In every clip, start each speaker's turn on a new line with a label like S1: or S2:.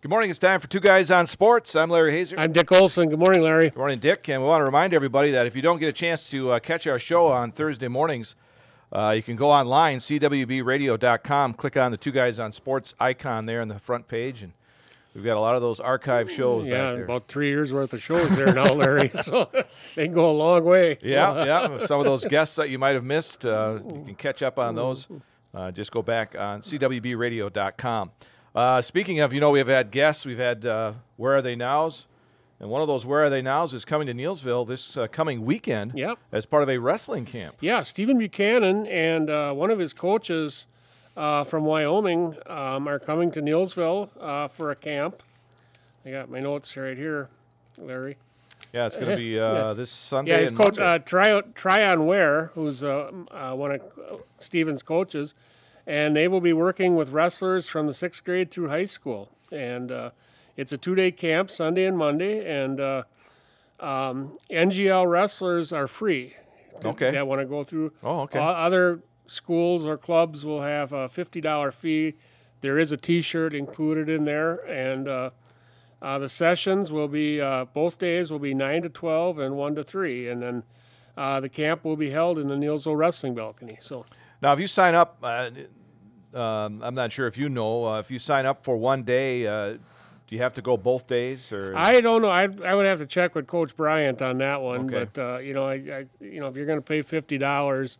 S1: Good morning. It's time for Two Guys on Sports. I'm Larry Hazer.
S2: I'm Dick Olson. Good morning, Larry.
S1: Good morning, Dick. And we want to remind everybody that if you don't get a chance to uh, catch our show on Thursday mornings, uh, you can go online, cwbradio.com, click on the Two Guys on Sports icon there on the front page, and we've got a lot of those archive shows
S2: Yeah,
S1: back there.
S2: about three years worth of shows there now, Larry. So they can go a long way.
S1: yeah, yeah. Some of those guests that you might have missed, uh, you can catch up on those. Uh, just go back on cwbradio.com. Uh, speaking of, you know, we've had guests. We've had uh, Where Are They Nows? And one of those Where Are They Nows is coming to Nielsville this uh, coming weekend
S2: Yep.
S1: as part of a wrestling camp.
S2: Yeah, Stephen Buchanan and uh, one of his coaches uh, from Wyoming um, are coming to Nielsville uh, for a camp. I got my notes right here, Larry.
S1: Yeah, it's going to be uh, this Sunday.
S2: Yeah, his
S1: and
S2: coach
S1: Monday.
S2: uh, Tryon Tryon Ware, who's uh, m- uh, one of Stevens' coaches, and they will be working with wrestlers from the sixth grade through high school. And uh, it's a two-day camp, Sunday and Monday. And uh, um, NGL wrestlers are free
S1: okay.
S2: that want to go through.
S1: Oh, okay.
S2: O- Other schools or clubs will have a fifty dollar fee. There is a T-shirt included in there, and uh, uh, the sessions will be uh, both days will be nine to twelve and one to three, and then uh, the camp will be held in the Nielsville Wrestling Balcony. So
S1: Now, if you sign up, uh, um, I'm not sure if you know, uh, if you sign up for one day, uh, do you have to go both days? Or
S2: I don't know. I, I would have to check with Coach Bryant on that one.
S1: Okay.
S2: But uh, you know, I, I you know if you're going to pay fifty dollars,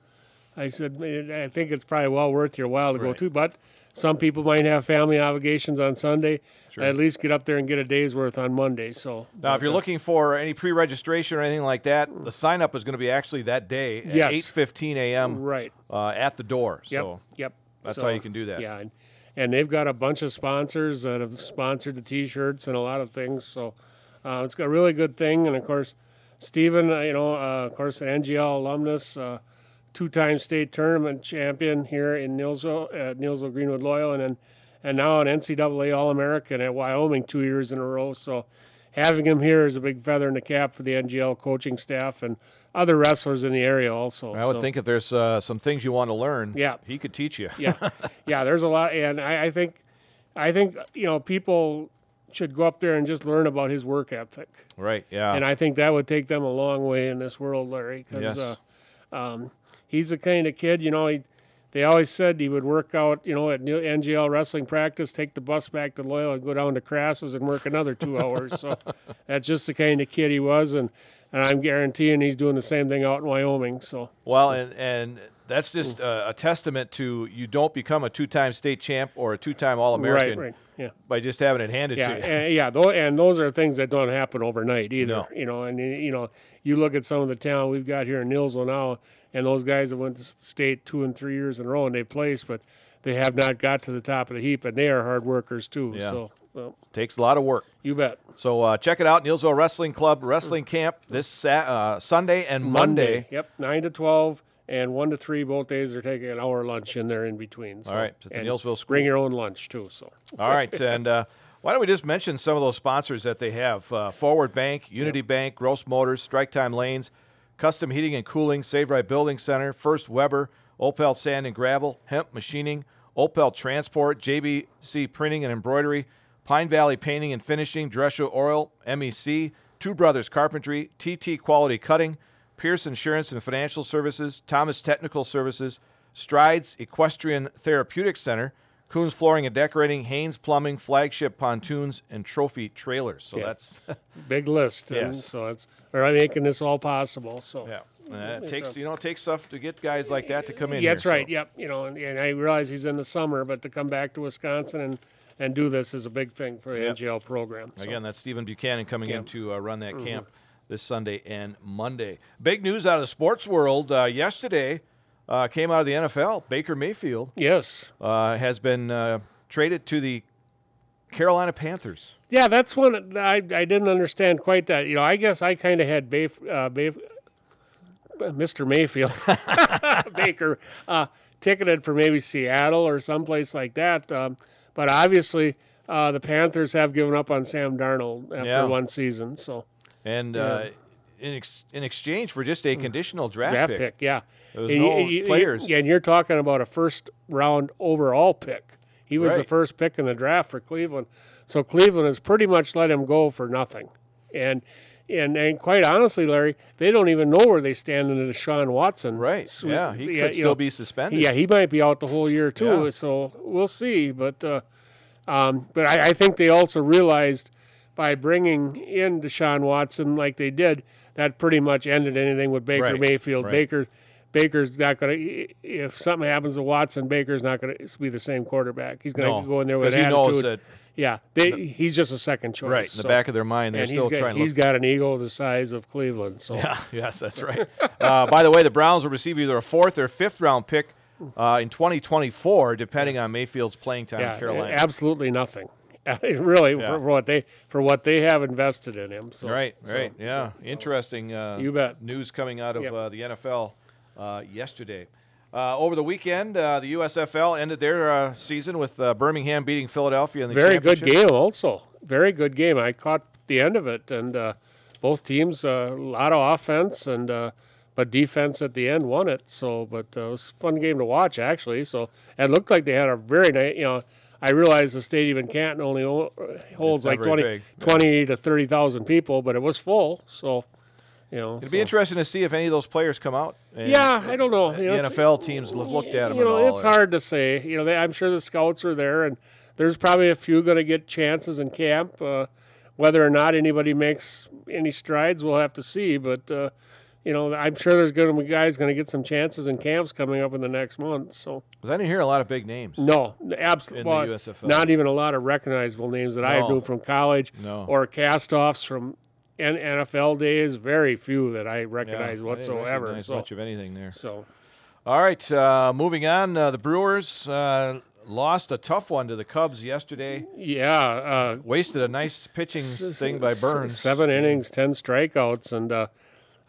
S2: I said I think it's probably well worth your while to go
S1: Right.
S2: to. But some people might have family obligations on Sunday. At least get up there and get a day's worth on Monday. So uh,
S1: Now, if you're looking for any pre-registration or anything like that, the sign-up is going to be actually that day at
S2: Yes.
S1: 8:15 a.m.
S2: right,
S1: Uh, at the door.
S2: yep,
S1: So
S2: yep.
S1: that's how you can do that.
S2: Yeah, and, and they've got a bunch of sponsors that have sponsored the T-shirts and a lot of things. So uh, it's a really good thing. And of course, Stephen, uh, you know, uh, of course, an NGL alumnus, uh, two-time state tournament champion here in Nielsville at Nielsville Greenwood Loyal, and then, and now an NCAA All-American at Wyoming two years in a row. So. Having him here is a big feather in the cap for the NGL coaching staff and other wrestlers in the area, also.
S1: I would
S2: So-
S1: think if there's uh, some things you want to learn,
S2: Yeah.
S1: he could teach you.
S2: yeah, yeah. There's a lot, and I, I think, I think you know people should go up there and just learn about his work ethic,
S1: Right? Yeah.
S2: and I think that would take them a long way in this world, Larry, because
S1: Yes.
S2: uh, um, he's the kind of kid you know. He, they always said he would work out, you know, at New- NGL wrestling practice, take the bus back to Loyal, and go down to Crassus and work another two hours. so that's just the kind of kid he was, and, and I'm guaranteeing he's doing the same thing out in Wyoming. So
S1: well, and and that's just uh, a testament to you don't become a two-time state champ or a two-time All-American
S2: right, right, yeah.
S1: by just having it handed
S2: Yeah,
S1: to you.
S2: and, yeah, tho- and those are things that don't happen overnight either.
S1: No.
S2: You know, and you know, you look at some of the talent we've got here in Nilsville now, and those guys that went to s- state two and three years in a row and they placed, but they have not got to the top of the heap, and they are hard workers too.
S1: Yeah.
S2: So, well,
S1: Takes a lot of work.
S2: you bet.
S1: So uh, check it out, Nielsville Wrestling Club Wrestling Camp this sa- uh, Sunday and Monday.
S2: Yep, nine to twelve and one to three both days. They're taking an hour lunch in there in between. So,
S1: All right, so at the
S2: and
S1: Nilesville School.
S2: Bring your own lunch too. So.
S1: All right, and uh, why don't we just mention some of those sponsors that they have? Uh, Forward Bank, Unity Bank, Gross Motors, Strike Time Lanes, Custom Heating and Cooling, Save Right Building Center, First Weber, Opel Sand and Gravel, Hemp Machining, Opel Transport, JBC Printing and Embroidery, Pine Valley Painting and Finishing, Drescher Oil, MEC, Two Brothers Carpentry, TT Quality Cutting, Pierce Insurance and Financial Services, Thomas Technical Services, Strides Equestrian Therapeutic Center, Coons Flooring and Decorating, Haynes Plumbing, Flagship Pontoons, and Trophy Trailers. So that's
S2: Big list, and
S1: Yes.
S2: so it's they're making this all possible. So
S1: yeah. Uh, it takes you know it takes stuff to get guys like that to come in.
S2: Yeah,
S1: here,
S2: that's right.
S1: so-
S2: Yep. You know, and, and I realize he's in the summer, but to come back to Wisconsin and, and do this is a big thing for the NGL program. So.
S1: Again, that's Stephen Buchanan coming in to uh, run that camp this Sunday and Monday. Big news out of the sports world uh, yesterday uh, came out of the NFL. Baker Mayfield
S2: Yes.
S1: uh, has been uh, traded to the Carolina Panthers.
S2: Yeah, that's one I, I didn't understand quite that. You know, I guess I kind of had Bayf, uh, Bayf, Mr. Mayfield Baker uh, ticketed for maybe Seattle or someplace like that. Um, but obviously, uh, the Panthers have given up on Sam Darnold after
S1: Yeah.
S2: one season. So
S1: and uh, in ex- in exchange for just a conditional draft,
S2: Hmm. draft
S1: pick.
S2: pick. yeah.
S1: There was
S2: And you-
S1: no
S2: you- you-
S1: players.
S2: yeah, and you're talking about a first round overall pick. He was the
S1: Right.
S2: first pick in the draft for Cleveland. So Cleveland has pretty much let him go for nothing. And and and quite honestly, Larry, they don't even know where they stand in the Deshaun Watson.
S1: Right.
S2: swe-
S1: Yeah, he could
S2: you
S1: still
S2: know,
S1: be suspended.
S2: Yeah, he might be out the whole year too.
S1: Yeah.
S2: So we'll see. But uh, um, but I, I think they also realized by bringing in Deshaun Watson like they did, that pretty much ended anything with Baker
S1: Right,
S2: Mayfield.
S1: right.
S2: Baker Baker's not going to. If something happens to Watson, Baker's not going to be the same quarterback. He's going to
S1: No,
S2: go in there with
S1: 'cause he
S2: attitude.
S1: knows that-
S2: yeah, they, he's just a second choice.
S1: Right. In the
S2: so-
S1: back of their mind, they're
S2: and he's
S1: still
S2: got,
S1: trying to
S2: he's
S1: look.
S2: got an ego the size of Cleveland. So
S1: yes, that's right. Uh, by the way, the Browns will receive either a fourth or fifth round pick uh, in 2024, depending on Mayfield's playing time in Carolina.
S2: absolutely nothing. really, for, for what they for what they have invested in him. So
S1: Right,
S2: so-
S1: right, yeah. Interesting. Uh,
S2: You bet.
S1: News coming out of
S2: Yep.
S1: uh, the NFL uh, yesterday. Uh, over the weekend, uh, the USFL ended their uh, season with uh, Birmingham beating Philadelphia in the
S2: Very good
S1: championship.
S2: game, also. Very good game. I caught the end of it, and uh, both teams uh, a lot of offense, and uh, but defense at the end won it. So, but uh, it was a fun game to watch actually. So it looked like they had a very nice. You know, I realize the stadium in Canton only o- holds
S1: not
S2: like
S1: very
S2: 20,
S1: big, yeah.
S2: 20 to thirty thousand people, but it was full. So, you know,
S1: It'd be interesting to see if any of those players come out. And
S2: Yeah, I don't know. You
S1: The
S2: know, it's-
S1: NFL teams have looked at them.
S2: you know,
S1: and all.
S2: it's hard to say. You know, they, I'm sure the scouts are there, and there's probably a few going to get chances in camp. Uh, whether or not anybody makes any strides, we'll have to see. But uh, you know, I'm sure there's going to be guys going to get some chances in camps coming up in the next month. So
S1: 'Cause I didn't hear a lot of big names.
S2: no,
S1: In
S2: absolutely
S1: the USFL.
S2: not even a lot of recognizable names that I
S1: No.
S2: knew from college
S1: No.
S2: or castoffs from. N- NFL days, very few that I
S1: Yeah, I
S2: recognize
S1: didn't
S2: whatsoever.
S1: recognize
S2: so,
S1: much of anything there.
S2: so
S1: All right, uh, moving on. Uh, the Brewers uh, lost a tough one to the Cubs yesterday.
S2: yeah, uh,
S1: Wasted a nice pitching thing by
S2: S-
S1: Burns.
S2: Seven innings, ten strikeouts, and uh,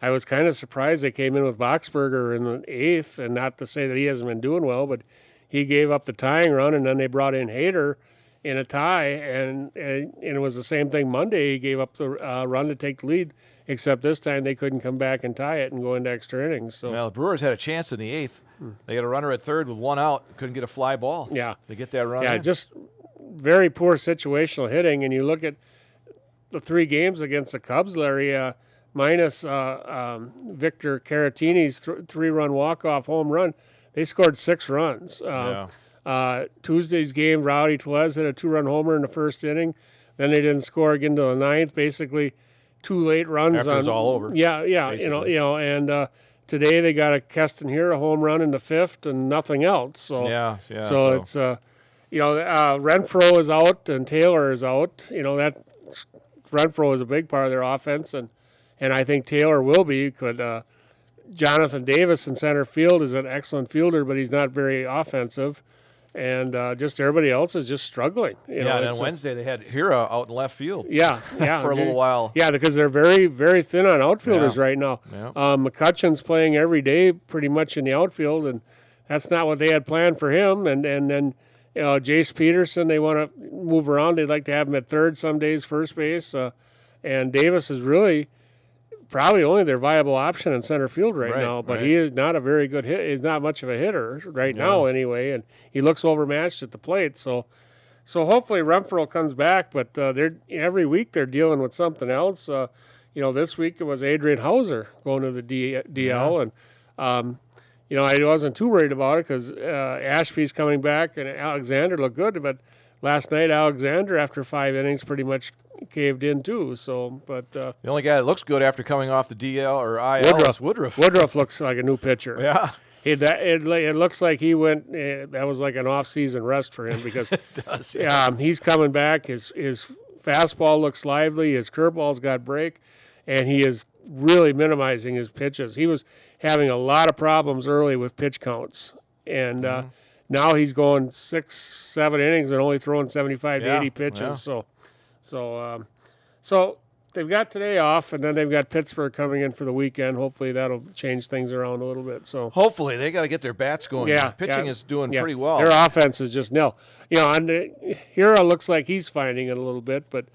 S2: I was kind of surprised they came in with Boxberger in the eighth, and not to say that he hasn't been doing well, but he gave up the tying run, and then they brought in Hader in a tie, and uh, and, and it was the same thing Monday. He gave up the uh, run to take the lead, except this time they couldn't come back and tie it and go into extra innings. So
S1: Well, the Brewers had a chance in the eighth. They got a runner at third with one out. Couldn't get a fly ball.
S2: Yeah.
S1: They get that run.
S2: Yeah,
S1: in.
S2: just very poor situational hitting. And you look at the three games against the Cubs, Larry, uh, minus uh, um, Victor Caratini's th- three run walk off home run, they scored six runs. Um, uh, Tuesday's game, Rowdy Telez hit a two run homer in the first inning. Then they didn't score again to the ninth. Basically, two late runs
S1: After it
S2: on
S1: was all over.
S2: yeah, yeah, you know,
S1: basically.
S2: you know, and uh, today they got a Keston here, a home run in the fifth, and nothing else. So
S1: Yeah, yeah,
S2: So,
S1: so-
S2: it's uh, you know, uh, Renfro is out and Taylor is out. You know that Renfro is a big part of their offense, and and I think Taylor will be. Could uh, Jonathan Davis in center field is an excellent fielder, but he's not very offensive. And uh, just everybody else is just struggling. You know,
S1: yeah, and
S2: it's
S1: on
S2: a-
S1: Wednesday they had Hira out in left field.
S2: yeah, yeah.
S1: For a little while.
S2: Yeah, because they're very, very thin on outfielders
S1: Yeah.
S2: right now.
S1: Yeah.
S2: Um, McCutcheon's playing every day pretty much in the outfield, and that's not what they had planned for him. And and then you know, Jace Peterson, they want to move around. They'd like to have him at third some days, first base. Uh, and Davis is really probably only their viable option in center field right,
S1: Right,
S2: now, but
S1: right.
S2: he is not a very good hit. He's not much of a hitter right now, anyway, and he looks overmatched at the plate. So, so hopefully Renfro comes back, but uh, they're every week they're dealing with something else. Uh, you know, this week it was Adrian Hauser going to the D, DL, and um, you know I wasn't too worried about it because uh, Ashby's coming back and Alexander looked good, but last night Alexander after five innings pretty much caved in too. So, but. Uh,
S1: The only guy that looks good after coming off the DL or IL is Woodruff.
S2: Woodruff looks like a new pitcher.
S1: Yeah.
S2: He, that, it, li- it looks like he went. eh, that was like an off-season rest for him because um, he's coming back. His his fastball looks lively. His curveball's got break, and he is really minimizing his pitches. He was having a lot of problems early with pitch counts, and
S1: Mm-hmm.
S2: uh, now he's going six, seven innings and only throwing seventy-five to
S1: Yeah,
S2: eighty pitches.
S1: yeah.
S2: So, so, um, so. They've got today off, and then they've got Pittsburgh coming in for the weekend. Hopefully, that'll change things around a little bit. So,
S1: Hopefully they got to get their bats going.
S2: yeah,
S1: Pitching
S2: yeah,
S1: is doing
S2: yeah.
S1: pretty well.
S2: Their offense is just nil. You know, and uh, Hira looks like he's finding it a little bit, but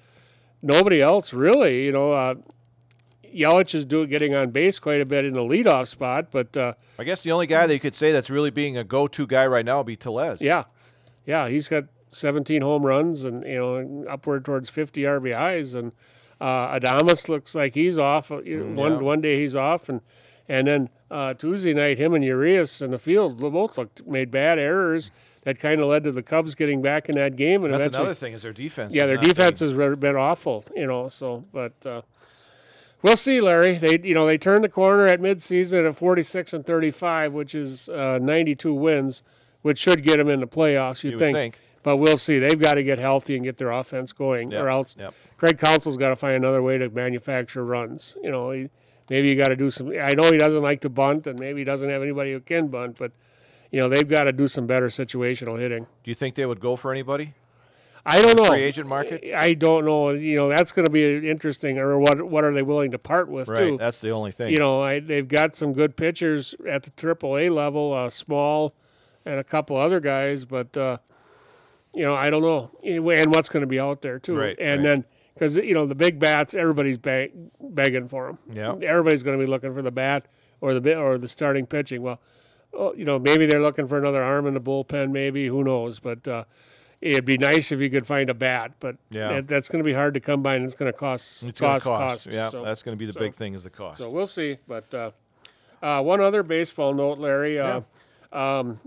S2: nobody else really. You know, uh, Yelich is doing getting on base quite a bit in the leadoff spot, but uh,
S1: I guess the only guy that you could say that's really being a go-to guy right now would be Telez.
S2: yeah, yeah, he's got 17 home runs and you know upward towards 50 RBIs and uh, Adamas looks like he's off uh, you-
S1: Mm,
S2: one one day he's off and and then uh, Tuesday night him and Urias in the field both looked made bad errors that kind of led to the Cubs getting back in that game and
S1: That's
S2: eventually
S1: another thing is their defense.
S2: yeah
S1: is
S2: their
S1: not good.
S2: defense has re- been awful you know so but uh, we'll see Larry they you know they turned the corner at midseason at 46 and 35 which is uh, 92 wins which should get them in the playoffs you
S1: You would
S2: think.
S1: think.
S2: But we'll see. They've got to get healthy and get their offense going,
S1: Yep,
S2: or else
S1: yep.
S2: Craig Council's got to find another way to manufacture runs. You know, he, maybe you got to do some. I know he doesn't like to bunt, and maybe he doesn't have anybody who can bunt. But you know, they've got to do some better situational hitting.
S1: Do you think they would go for anybody?
S2: I don't know
S1: Free agent market?
S2: I don't know. You know, that's going to be interesting. Or what? What are they willing to part with
S1: Right.
S2: too?
S1: That's the only thing.
S2: You know, I, they've got some good pitchers at the AAA level, uh, Small, and a couple other guys, but uh, you know, I don't know. Anyway, And what's going to be out there too?
S1: Right,
S2: And
S1: right.
S2: then because you know the big bats, everybody's beg begging for them.
S1: Yeah.
S2: Everybody's going to be looking for the bat or the bi- or the starting pitching. Well, oh, you know, maybe they're looking for another arm in the bullpen. Maybe who knows? But uh, it'd be nice if you could find a bat, but
S1: Yeah.
S2: that, that's going to be hard to come by, and it's going to cost
S1: it's going to
S2: cost
S1: cost. Yeah,
S2: so.
S1: that's going to be the big thing is the cost.
S2: So we'll see. But uh, uh, one other baseball note, Larry. Uh, um,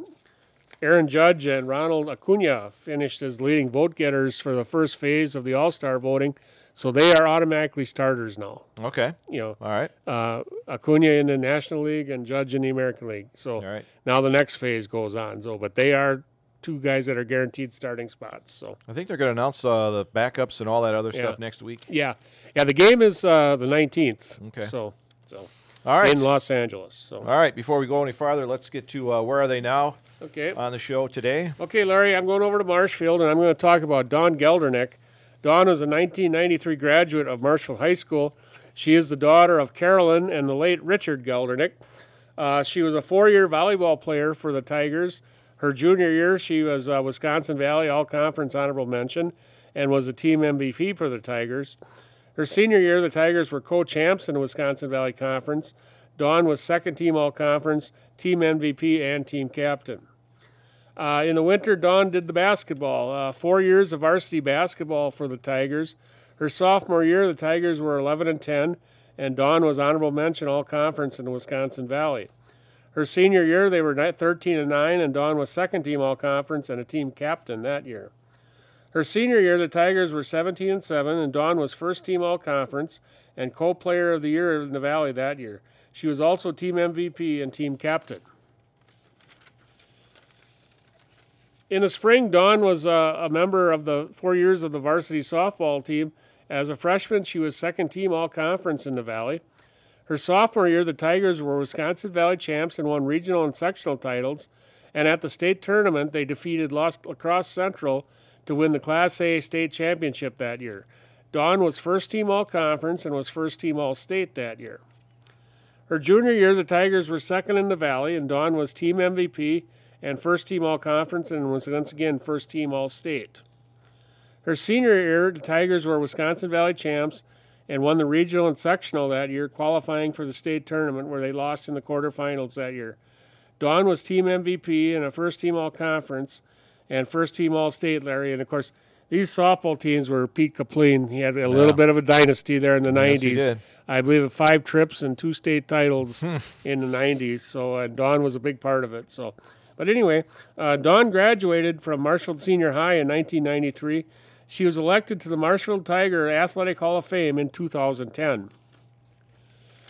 S2: Aaron Judge and Ronald Acuna finished as leading vote getters for the first phase of the All Star voting, so they are automatically starters now.
S1: okay.
S2: You know,
S1: All right.
S2: uh, Acuna in the National League and Judge in the American League. So
S1: All right.
S2: now the next phase goes on. So, but they are two guys that are guaranteed starting spots. So
S1: I think they're going to announce uh, the backups and all that other
S2: Yeah.
S1: stuff next week.
S2: yeah, yeah. The game is uh, the nineteenth.
S1: Okay.
S2: So so
S1: All right.
S2: in Los Angeles. So
S1: all right. Before we go any farther, let's get to uh, where are they now
S2: okay.
S1: on the show today?
S2: Okay, Larry, I'm going over to Marshfield and I'm going to talk about Dawn Geldernick. Dawn is a 1993 graduate of Marshfield High School. She is the daughter of Carolyn and the late Richard Geldernick. Uh, she was a four year volleyball player for the Tigers. Her junior year, she was uh, Wisconsin Valley All Conference Honorable Mention and was a team MVP for the Tigers. Her senior year, the Tigers were co champs in the Wisconsin Valley Conference. Dawn was second team All Conference, team MVP, and team captain. Uh, in the winter, Dawn did the basketball. Uh, four years of varsity basketball for the Tigers. Her sophomore year, the Tigers were 11 and 10, and Dawn was honorable mention all conference in the Wisconsin Valley. Her senior year, they were ni- 13 and 9, and Dawn was second team all conference and a team captain that year. Her senior year, the Tigers were 17 and 7, and Dawn was first team all conference and co player of the year in the Valley that year. She was also team MVP and team captain. In the spring, Dawn was uh, a member of the four years of the varsity softball team. As a freshman, she was second team all conference in the Valley. Her sophomore year, the Tigers were Wisconsin Valley champs and won regional and sectional titles. And at the state tournament, they defeated Los Lacrosse Central to win the Class A state championship that year. Dawn was first team all conference and was first team all state that year. Her junior year, the Tigers were second in the Valley, and Dawn was team MVP and first team all conference, and was once again first team all state. Her senior year, the Tigers were Wisconsin Valley champs and won the regional and sectional that year, qualifying for the state tournament where they lost in the quarterfinals that year. Dawn was team MVP and a first team all conference and first team all state, Larry. And of course, these softball teams were Pete Kaplan. He had a little bit of a dynasty there in the 90s.
S1: he did. Hmm.
S2: I believe five trips and two state titles in the 90s. So, and Don was a big part of it. So, but anyway, uh, Don graduated from Marshfield Senior High in 1993. She was elected to the Marshfield Tiger Athletic Hall of Fame in 2010.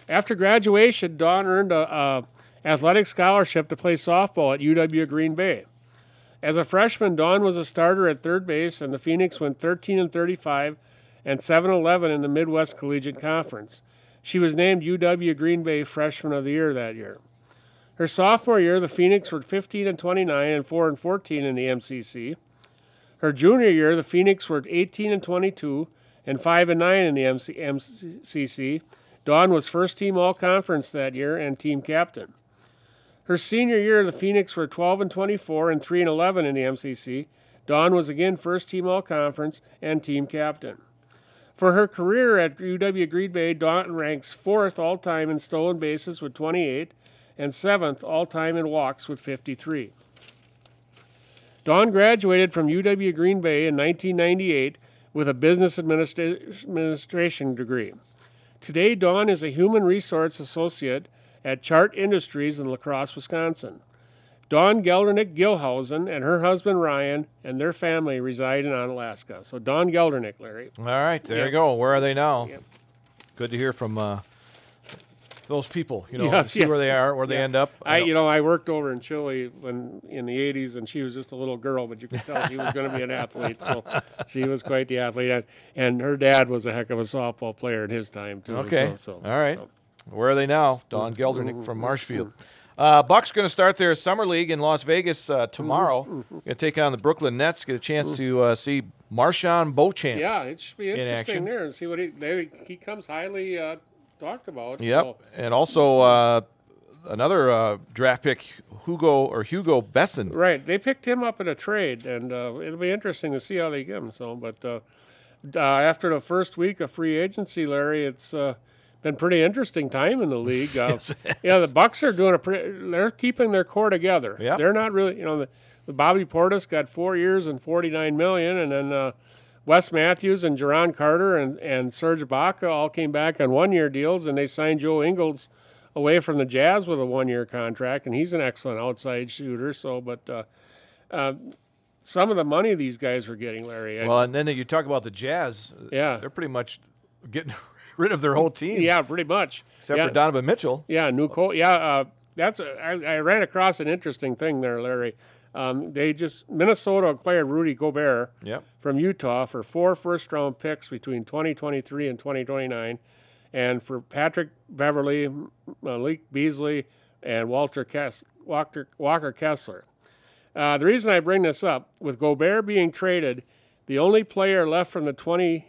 S2: After graduation, Don earned a, a athletic scholarship to play softball at UW Green Bay. As a freshman, Don was a starter at third base, and the Phoenix went 13 and 35 and 7 11 in the Midwest Collegiate Conference. She was named UW Green Bay Freshman of the Year that year. Her sophomore year, the Phoenix were 15 and 29 and 4 and 14 in the MCC. Her junior year, the Phoenix were 18 and 22 and 5 and 9 in the MC- MCC. Dawn was first team all conference that year and team captain. Her senior year, the Phoenix were 12 and 24 and 3 and 11 in the MCC. Dawn was again first team all conference and team captain. For her career at UW Green Bay, Dawn ranks fourth all time in stolen bases with 28 and seventh all time in walks with 53. Dawn graduated from UW Green Bay in 1998 with a business administra- administration degree. Today, Dawn is a human resource associate at Chart Industries in La Crosse, Wisconsin. Dawn Geldernick Gilhausen and her husband Ryan and their family reside in Onalaska. So, Dawn Geldernick, Larry.
S1: All right, there you
S2: Yep.
S1: go. Where are they now?
S2: Yep.
S1: Good to hear from uh, those people. You know,
S2: Yeah,
S1: see
S2: yeah.
S1: where they are, where they
S2: Yeah.
S1: end up.
S2: I,
S1: know.
S2: you know, I worked over in Chile when in the '80s, and she was just a little girl, but you could tell she was going to be an athlete. So she was quite the athlete, and, and her dad was a heck of a softball player in his time too.
S1: Okay.
S2: So, so-
S1: All right.
S2: so.
S1: Where are they now? Don Geldernick from Marshfield. Uh, Buck's going to start their summer league in Las Vegas uh, tomorrow. Going to take on the Brooklyn Nets. Get a chance to uh, see Marshawn Beauchamp.
S2: Yeah, it should be
S1: action.
S2: interesting there and see what he they, he comes highly uh, talked about.
S1: Yep.
S2: So,
S1: And also uh, another uh, draft pick, Hugo or Hugo Besson.
S2: right. They picked him up in a trade, and uh, it'll be interesting to see how they get him. So, but uh, uh, after the first week of free agency, Larry, it's uh, been pretty interesting time in the league. Uh, yeah, the Bucks are doing a pretty. They're keeping their core together.
S1: Yep.
S2: They're not really, you know, the, the Bobby Portis got four years and forty nine million, and then. Uh, Wes Matthews and Jerron Carter and, and Serge Ibaka all came back on one year deals, and they signed Joe Ingles away from the Jazz with a one year contract, and he's an excellent outside shooter. So, but uh, uh, some of the money these guys are getting, Larry. I-
S1: Well, and then you talk about the Jazz.
S2: yeah,
S1: They're pretty much getting rid of their whole team.
S2: Yeah, pretty much.
S1: Except
S2: yeah,
S1: for Donovan Mitchell.
S2: yeah, new coal. Yeah, uh, that's a, I, I ran across an interesting thing there, Larry. Um, they just Minnesota acquired Rudy Gobert
S1: Yep.
S2: from Utah for four first round picks between 2023 and 2029, and for Patrick Beverly, Malik Beasley, and Walter Kess, Walker, Walker Kessler. Uh, the reason I bring this up, with Gobert being traded, the only player left from the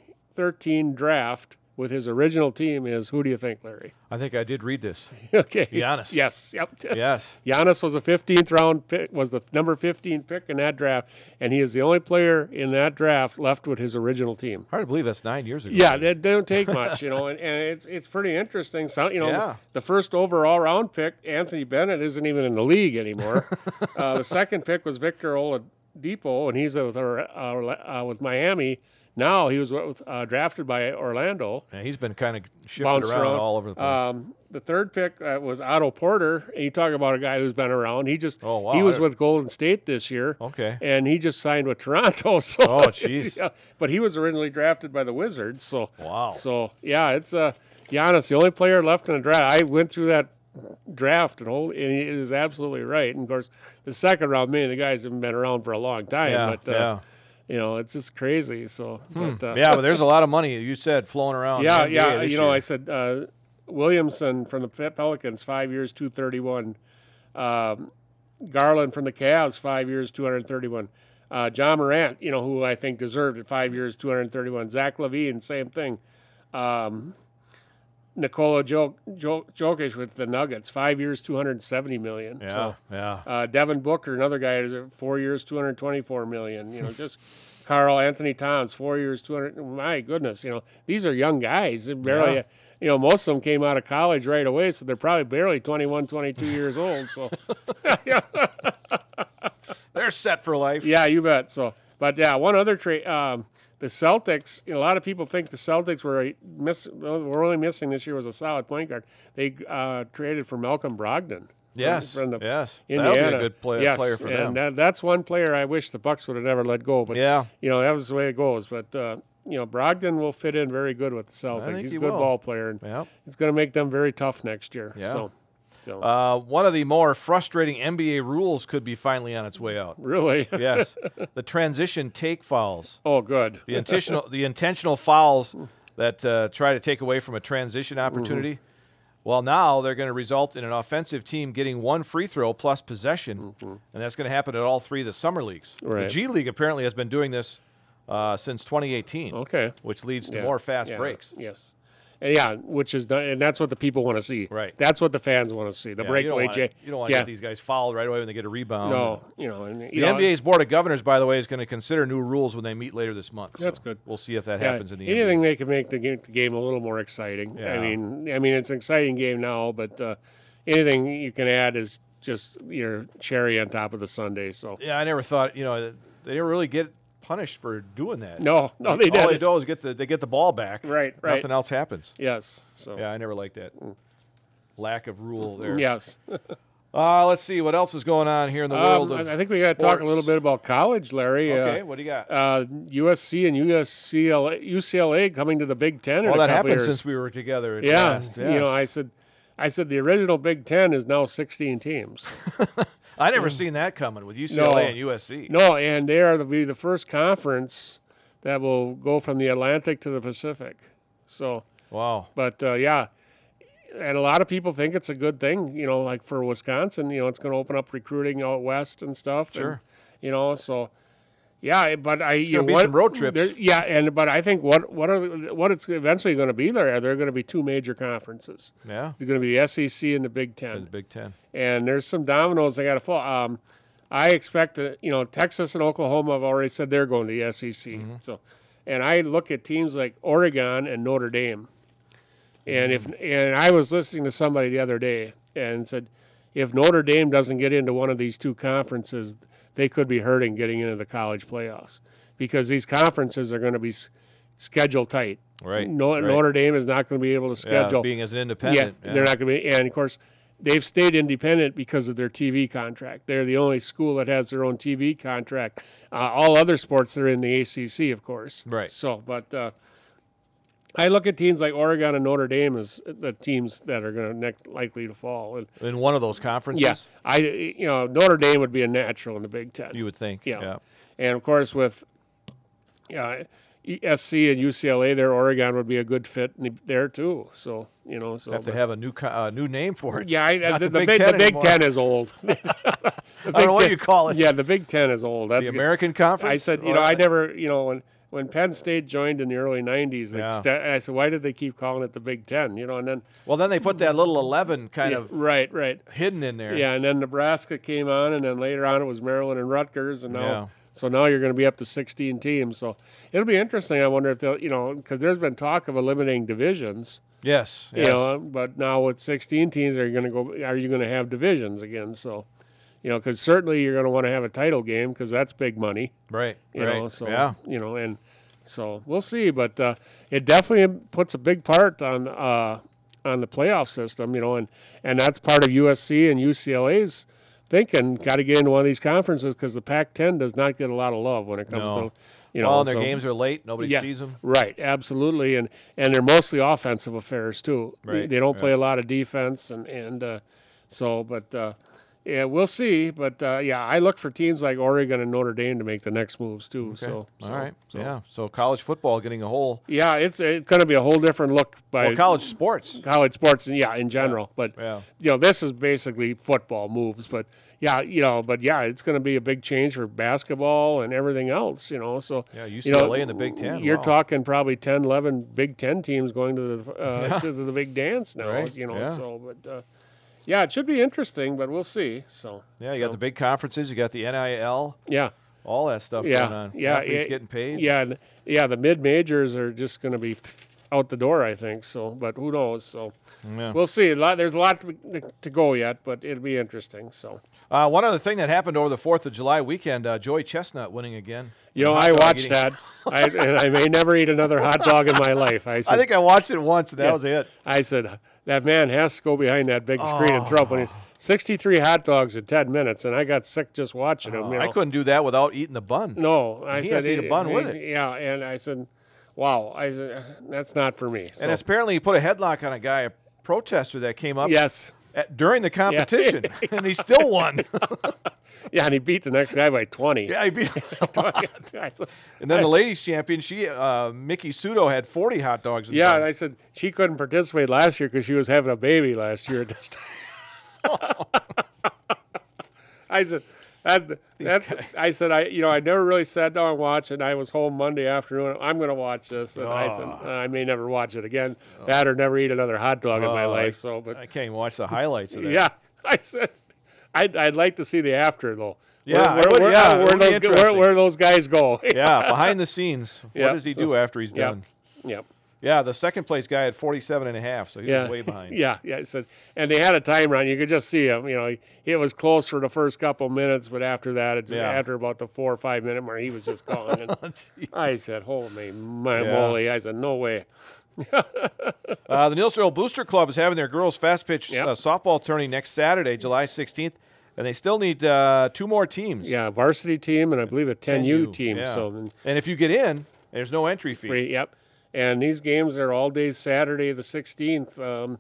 S2: 2013 draft with his original team is who do you think, Larry?
S1: I think I did read this.
S2: okay.
S1: Giannis.
S2: Yes. Yep.
S1: Yes.
S2: Giannis was a 15th round pick, was the number 15 pick in that draft, and he is the only player in that draft left with his original team.
S1: Hard to believe that's nine years ago.
S2: Yeah, that don't take much, you know, and, and it's it's pretty interesting. So, you know,
S1: Yeah.
S2: the first overall round pick, Anthony Bennett, isn't even in the league anymore. uh, the second pick was Victor Oladipo, and he's with Or- uh, uh, with Miami now. He was with, uh, drafted by Orlando.
S1: Yeah, he's been kind of shifted
S2: bounced
S1: around
S2: around.
S1: all over the place.
S2: Um, the third pick uh, was Otto Porter, and you talk about a guy who's been around. He just
S1: Oh, wow.
S2: he was with Golden State this year.
S1: Okay.
S2: and he just signed with Toronto. So
S1: Oh, jeez.
S2: yeah, but he was originally drafted by the Wizards. So
S1: Wow.
S2: So yeah, it's uh, Giannis, the only player left in the draft. I went through that draft and whole, and he is absolutely right. And of course, the second round, many of the guys haven't been around for a long time.
S1: Yeah,
S2: but uh,
S1: yeah. Hmm.
S2: you know, it's just crazy. So but, uh,
S1: yeah, but there's a lot of money you said flowing around.
S2: yeah,
S1: the NBA
S2: yeah.
S1: this
S2: You know,
S1: year.
S2: I said uh, Williamson from the Pe- Pelicans, five years, two thirty-one. Um, Garland from the Cavs, five years, two hundred thirty-one. Uh, John Morant, you know, who I think deserved it, five years, two hundred thirty-one. Zach Levine, same thing. Um, Nikola Jok- Jok- Jokic with the Nuggets, five years, two hundred seventy million.
S1: yeah,
S2: So,
S1: yeah.
S2: uh, Devin Booker, another guy, is at four years, two hundred twenty-four million. You know, just Carl Anthony Towns, four years, two hundred. My goodness, you know, these are young guys. They're barely,
S1: Yeah.
S2: you know, most of them came out of college right away, so they're probably barely 21, 22 years old. So,
S1: They're set for life.
S2: yeah, you bet. So, but yeah, one other trade. Um, the Celtics. You know, a lot of people think the Celtics were a miss. Were only missing this year was a solid point guard. They uh, traded for Malcolm Brogdon. from-
S1: Yes,
S2: from the
S1: yes.
S2: Indiana.
S1: That would be a good play,
S2: yes,
S1: player for them.
S2: and that, that's one player I wish the Bucks would have never let go. But
S1: Yeah.
S2: you know that was the way it goes. But uh, you know Brogdon will fit in very good with the Celtics.
S1: think
S2: He's
S1: he
S2: a good
S1: will.
S2: ball player, and
S1: Yep.
S2: it's going to make them very tough next year.
S1: Yeah.
S2: So, so
S1: Uh, one of the more frustrating NBA rules could be finally on its way out.
S2: really,
S1: Yes, the transition take fouls,
S2: oh good.
S1: the intentional, the intentional fouls that uh, try to take away from a transition
S2: Mm-hmm.
S1: opportunity. Well, now they're going to result in an offensive team getting one free throw plus possession, and that's going to happen at all three of the summer leagues. The
S2: Mm-hmm. Right.
S1: G League apparently has been doing this uh, since 2018.
S2: Okay.
S1: which leads to
S2: Yeah,
S1: more fast
S2: yeah,
S1: breaks.
S2: Yes. And yeah, which is done, and that's what the people want to see.
S1: Right.
S2: That's what the fans want to see. The
S1: Yeah, you don't
S2: breakaway.
S1: wanna-
S2: J-
S1: You don't want to
S2: yeah.
S1: get these guys fouled right away when they get a rebound.
S2: No, you know, and you
S1: The
S2: know,
S1: NBA's Board of Governors, by the way, is going to consider new rules when they meet later this month.
S2: That's
S1: so
S2: good.
S1: We'll see if that
S2: yeah,
S1: happens in the NBA.
S2: anything they can make the game, the game a little more exciting.
S1: Yeah.
S2: I mean, I mean, it's an exciting game now, but uh, anything you can add is just your cherry on top of the Sunday. So
S1: Yeah, I never thought you know they didn't really get punished for doing that.
S2: no, no, they
S1: all Oh, they
S2: did.
S1: do is get the they get the ball back.
S2: Right, right.
S1: Nothing else happens.
S2: Yes. So Mm.
S1: Yeah, I never liked that lack of rule there.
S2: yes.
S1: Uh, let's see what else is going on here in the
S2: Um,
S1: world. Of
S2: I I think we got to talk a little
S1: sports.
S2: bit about college, Larry.
S1: Okay,
S2: Uh,
S1: what do you got?
S2: uh, USC and USCLA, UCLA coming to the Big Ten. in
S1: well,
S2: a
S1: that
S2: couple
S1: happened
S2: years.
S1: since we were together. At
S2: Yeah,
S1: last,
S2: you
S1: yes.
S2: know, I said, I said the original Big Ten is now 16 teams.
S1: I never seen that coming with UCLA
S2: Mm. No.
S1: and USC.
S2: no, and they are the, be the first conference that will go from the Atlantic to the Pacific. So,
S1: Wow.
S2: but uh, yeah, and a lot of people think it's a good thing. You know, like for Wisconsin, you know, it's going to open up recruiting out west and stuff. and,
S1: Sure.
S2: you know, so. Yeah, but I you
S1: gonna be
S2: what-
S1: some road trips.
S2: there- yeah, and but I think what what are the, what it's eventually going to be there? There are going to be two major conferences.
S1: Yeah.
S2: It's going to be the SEC and the Big
S1: The
S2: Ten.
S1: Big Ten.
S2: and there's some dominoes that got to fall. Um, I expect that you know Texas and Oklahoma have already said they're going to the SEC.
S1: Mm-hmm.
S2: So, and I look at teams like Oregon and Notre Dame, and if
S1: Mm-hmm.
S2: and I was listening to somebody the other day and said, if Notre Dame doesn't get into one of these two conferences, they could be hurting getting into the college playoffs because these conferences are going to be s- scheduled tight.
S1: Right,
S2: No,
S1: right.
S2: Notre Dame is not going to be able to
S1: Yeah,
S2: schedule.
S1: being as an independent.
S2: Yeah, they're not going to be. And of course, they've stayed independent because of their TV contract. They're the only school that has their own TV contract. Uh, all other sports, they're in the ACC, of course.
S1: Right.
S2: So, but uh, I look at teams like Oregon and Notre Dame as the teams that are going to next likely to fall. And
S1: in one of those conferences.
S2: yeah, I you know Notre Dame would be a natural in the Big Ten.
S1: You would think.
S2: Yeah. And of course, with uh, SC and UCLA, there Oregon would be a good fit in the- there too. So you know, so
S1: Have to
S2: but-
S1: have a new co- uh, new name for it.
S2: yeah, I,
S1: Not
S2: the,
S1: the
S2: the,
S1: Big
S2: big,
S1: Ten
S2: the Big
S1: anymore.
S2: Ten is old. The
S1: I don't know
S2: Big
S1: what
S2: Ten-
S1: you call it.
S2: Yeah, the Big Ten is old. That's
S1: The
S2: good.
S1: American Conference.
S2: I said, you know, I never, you know, when when Penn State joined in the early '90s, like,
S1: Yeah.
S2: sta- I said, why did they keep calling it the Big Ten? You know, and then
S1: Well, then they put that little eleven kind
S2: yeah,
S1: of
S2: right, right,
S1: hidden in there.
S2: yeah, and then Nebraska came on, and then later on it was Maryland and Rutgers, and now.
S1: Yeah.
S2: So now you're going to be up to 16 teams. So it'll be interesting. I wonder if they'll, you know, because there's been talk of eliminating divisions.
S1: Yes. yes.
S2: You know, but now with 16 teams, are you going to go? Are you going to have divisions again? So, you know, because certainly you're going to want to have a title game because that's big money.
S1: right.
S2: You
S1: right.
S2: know, so
S1: yeah.
S2: you know, and so we'll see. But uh, it definitely puts a big part on uh, on the playoff system. You know, and and that's part of USC and UCLA's thinking. Got to get into one of these conferences because the Pac-10 does not get a lot of love when it comes
S1: No.
S2: to you know
S1: well, and their
S2: so-
S1: games are late. Nobody
S2: yeah,
S1: sees them.
S2: Right, absolutely, and and they're mostly offensive affairs too.
S1: Right,
S2: they don't play a lot of defense, and and uh, so, but uh, yeah, we'll see. But uh, yeah, I look for teams like Oregon and Notre Dame to make the next moves too. So,
S1: All
S2: so-
S1: right.
S2: so-
S1: Yeah. So college football getting a whole
S2: yeah, it's it's going to be a whole different look by
S1: well, college sports.
S2: college sports, and yeah, in general. But
S1: Yeah.
S2: you know, this is basically football moves. But yeah, you know, but yeah, it's going to be a big change for basketball and everything else. You know, so
S1: Yeah,
S2: you know,
S1: UCLA and the Big Ten,
S2: You're
S1: wow.
S2: talking probably 10, 11 Big Ten teams going to the uh, to the big dance now.
S1: Right,
S2: You know,
S1: yeah.
S2: so but uh, yeah, it should be interesting, but we'll see. So
S1: Yeah, you got the big conferences. You got the NIL.
S2: yeah.
S1: All that stuff
S2: Yeah,
S1: going on.
S2: yeah,
S1: Athletes
S2: yeah,
S1: getting paid.
S2: Yeah, and- yeah. The mid majors are just going to be out the door, I think. So, but who knows? So,
S1: Yeah.
S2: we'll see. A lot, there's a lot to, to go yet, but it'll be interesting. So,
S1: Uh, one other thing that happened over the Fourth of July weekend: uh, Joey Chestnut winning again.
S2: you know,
S1: Hot
S2: I
S1: dog
S2: watched
S1: eating.
S2: that, I, and I may never eat another hot dog in my life. I said,
S1: I think I watched it once, and that was it.
S2: I said that man has to go behind that big screen and throw up.
S1: Oh.
S2: When he, 63 hot dogs in 10 minutes, and I got sick just watching him. You
S1: Oh, I
S2: know.
S1: couldn't do that without eating the bun.
S2: No, I
S1: He has
S2: said
S1: to eat a bun
S2: eh,
S1: with
S2: eh, Yeah, and I said, "Wow!" I said, "That's not for me." So,
S1: And it's apparently he put a headlock on a guy, a protester that came up
S2: yes,
S1: at, during the competition, and he still won.
S2: Yeah, and he beat the next guy by 20.
S1: yeah, he beat.
S2: I said-
S1: And then the ladies' champion, she uh, Mickey Sudo had 40 hot dogs. In
S2: yeah,
S1: front.
S2: and I said she couldn't participate last year because she was having a baby last year at this time. I said, that, that's, I said, I, you know, I never really sat down and watched it. I was home Monday afternoon. I'm going to watch this. And I said,
S1: Ah.
S2: "Uh, I may never watch it again. That or never eat another hot dog in my
S1: Oh, I-
S2: life. So, but
S1: I can't even watch the highlights of that.
S2: Yeah, I said, I'd, I'd like to see the after though.
S1: Yeah, I
S2: where,
S1: would-
S2: where,
S1: yeah, it
S2: where,
S1: would be
S2: those, where,
S1: interesting.
S2: where those guys go.
S1: Yeah, behind the scenes. What
S2: Yeah,
S1: does he
S2: so-
S1: do after he's
S2: Yep.
S1: done?
S2: Yep.
S1: Yeah, the second place guy had 47 and a half, so he
S2: yeah,
S1: was way behind.
S2: yeah, yeah. So, and they had a time run. You could just see him. You know, he- it was close for the first couple minutes, but after that, it just,
S1: Yeah. Oh,
S2: after about the four or five minute mark, he was just calling. it. I said, "Holy my
S1: Yeah.
S2: moly!" I said, "No way."
S1: Uh, the Niels Earl Booster Club is having their girls fast pitch
S2: Yep.
S1: uh, softball tourney next Saturday, July 16th, and they still need uh, two more teams.
S2: Yeah, varsity team and I believe a 10U,
S1: You,
S2: team.
S1: yeah.
S2: So
S1: and if you get in, there's no entry fee.
S2: free. Yep. And these games are all day Saturday the 16th. Um,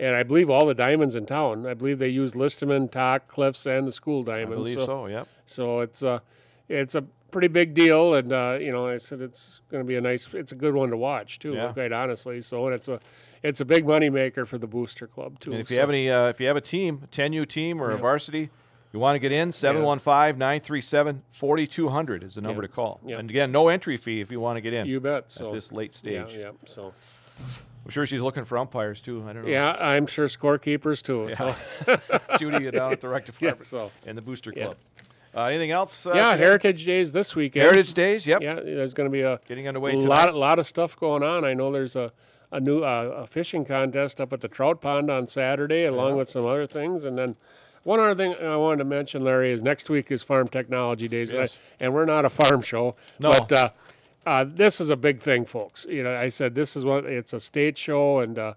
S2: and I believe all the diamonds in town. I believe they use Listerman, Tock, Cliffs, and the school
S1: I
S2: diamonds.
S1: believe so. Yep.
S2: So it's a, it's a pretty big deal, and uh, you know, I said it's going to be a nice, it's a good one to watch too,
S1: Yeah.
S2: quite honestly. So and it's a, it's a big money maker for the booster club too.
S1: And if you
S2: so,
S1: have any, uh, if you have a team, a 10U team or a varsity, you want to get in, 715-937-4200 is the number to call.
S2: Yeah.
S1: And again, no entry fee if you want to get in
S2: you bet.
S1: at
S2: So
S1: this late
S2: yeah,
S1: stage.
S2: yeah. So
S1: I'm sure she's looking for umpires too. I don't know.
S2: yeah, I'm sure scorekeepers too. So
S1: Judy down at the rec department
S2: so
S1: and the booster club. Uh, anything else? Uh,
S2: yeah,
S1: today?
S2: Heritage Days this weekend.
S1: Heritage Days. Yep.
S2: Yeah, there's going to be a
S1: Getting underway
S2: lot, lot of stuff going on. I know there's a a new uh, a fishing contest up at the trout pond on Saturday, along with some other things. And then one other thing I wanted to mention, Larry, is next week is Farm Technology Days, and I-
S1: Yes.
S2: and, we're not a farm show,
S1: No.
S2: but. Uh, uh, this is a big thing, folks. You know, I said this is what it's a state show, and uh,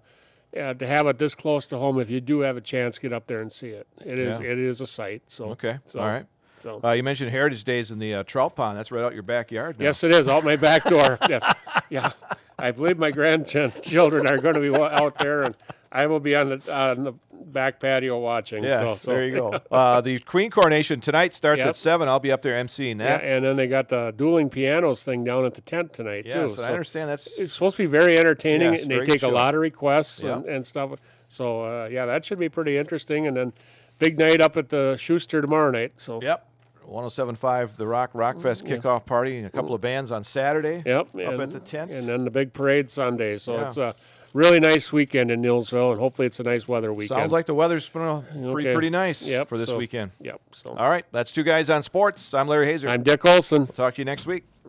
S2: yeah, to have it this close to home, if you do have a chance, get up there and see it. It is,
S1: Yeah.
S2: it is a sight. So
S1: Okay.
S2: so,
S1: All right.
S2: So
S1: Uh, you mentioned Heritage Days in the uh, trout pond. That's right out your backyard. Now.
S2: Yes, it is out my back door. yes, yeah. I believe my grandchildren are going to be wa- out there, and I will be on the on the back patio watching.
S1: Yes,
S2: so, so.
S1: there you go. Uh, the Queen Coronation tonight starts
S2: Yep.
S1: at seven. I'll be up there emceeing
S2: Yeah,
S1: that.
S2: and then they got the dueling pianos thing down at the tent tonight
S1: Yeah,
S2: too.
S1: so I understand that's
S2: it's supposed to be very entertaining,
S1: Yes,
S2: and they
S1: very good
S2: take a
S1: show.
S2: lot of requests and,
S1: Yeah.
S2: and stuff. So uh, yeah, that should be pretty interesting. And then big night up at the Schuster tomorrow night. So
S1: Yep. 1075 The Rock Rockfest kickoff party and a couple of bands on Saturday.
S2: Yep. Up
S1: at the tent.
S2: And then the big parade Sunday. So
S1: Yeah.
S2: it's a really nice weekend in Nielsville, and hopefully it's a nice weather weekend.
S1: Sounds like the weather's going to be
S2: Okay.
S1: pretty nice
S2: Yep,
S1: for this
S2: so-
S1: weekend.
S2: Yep. So
S1: All right, that's two guys on sports. I'm Larry Hazer.
S2: I'm Dick Olson.
S1: Talk to you next week.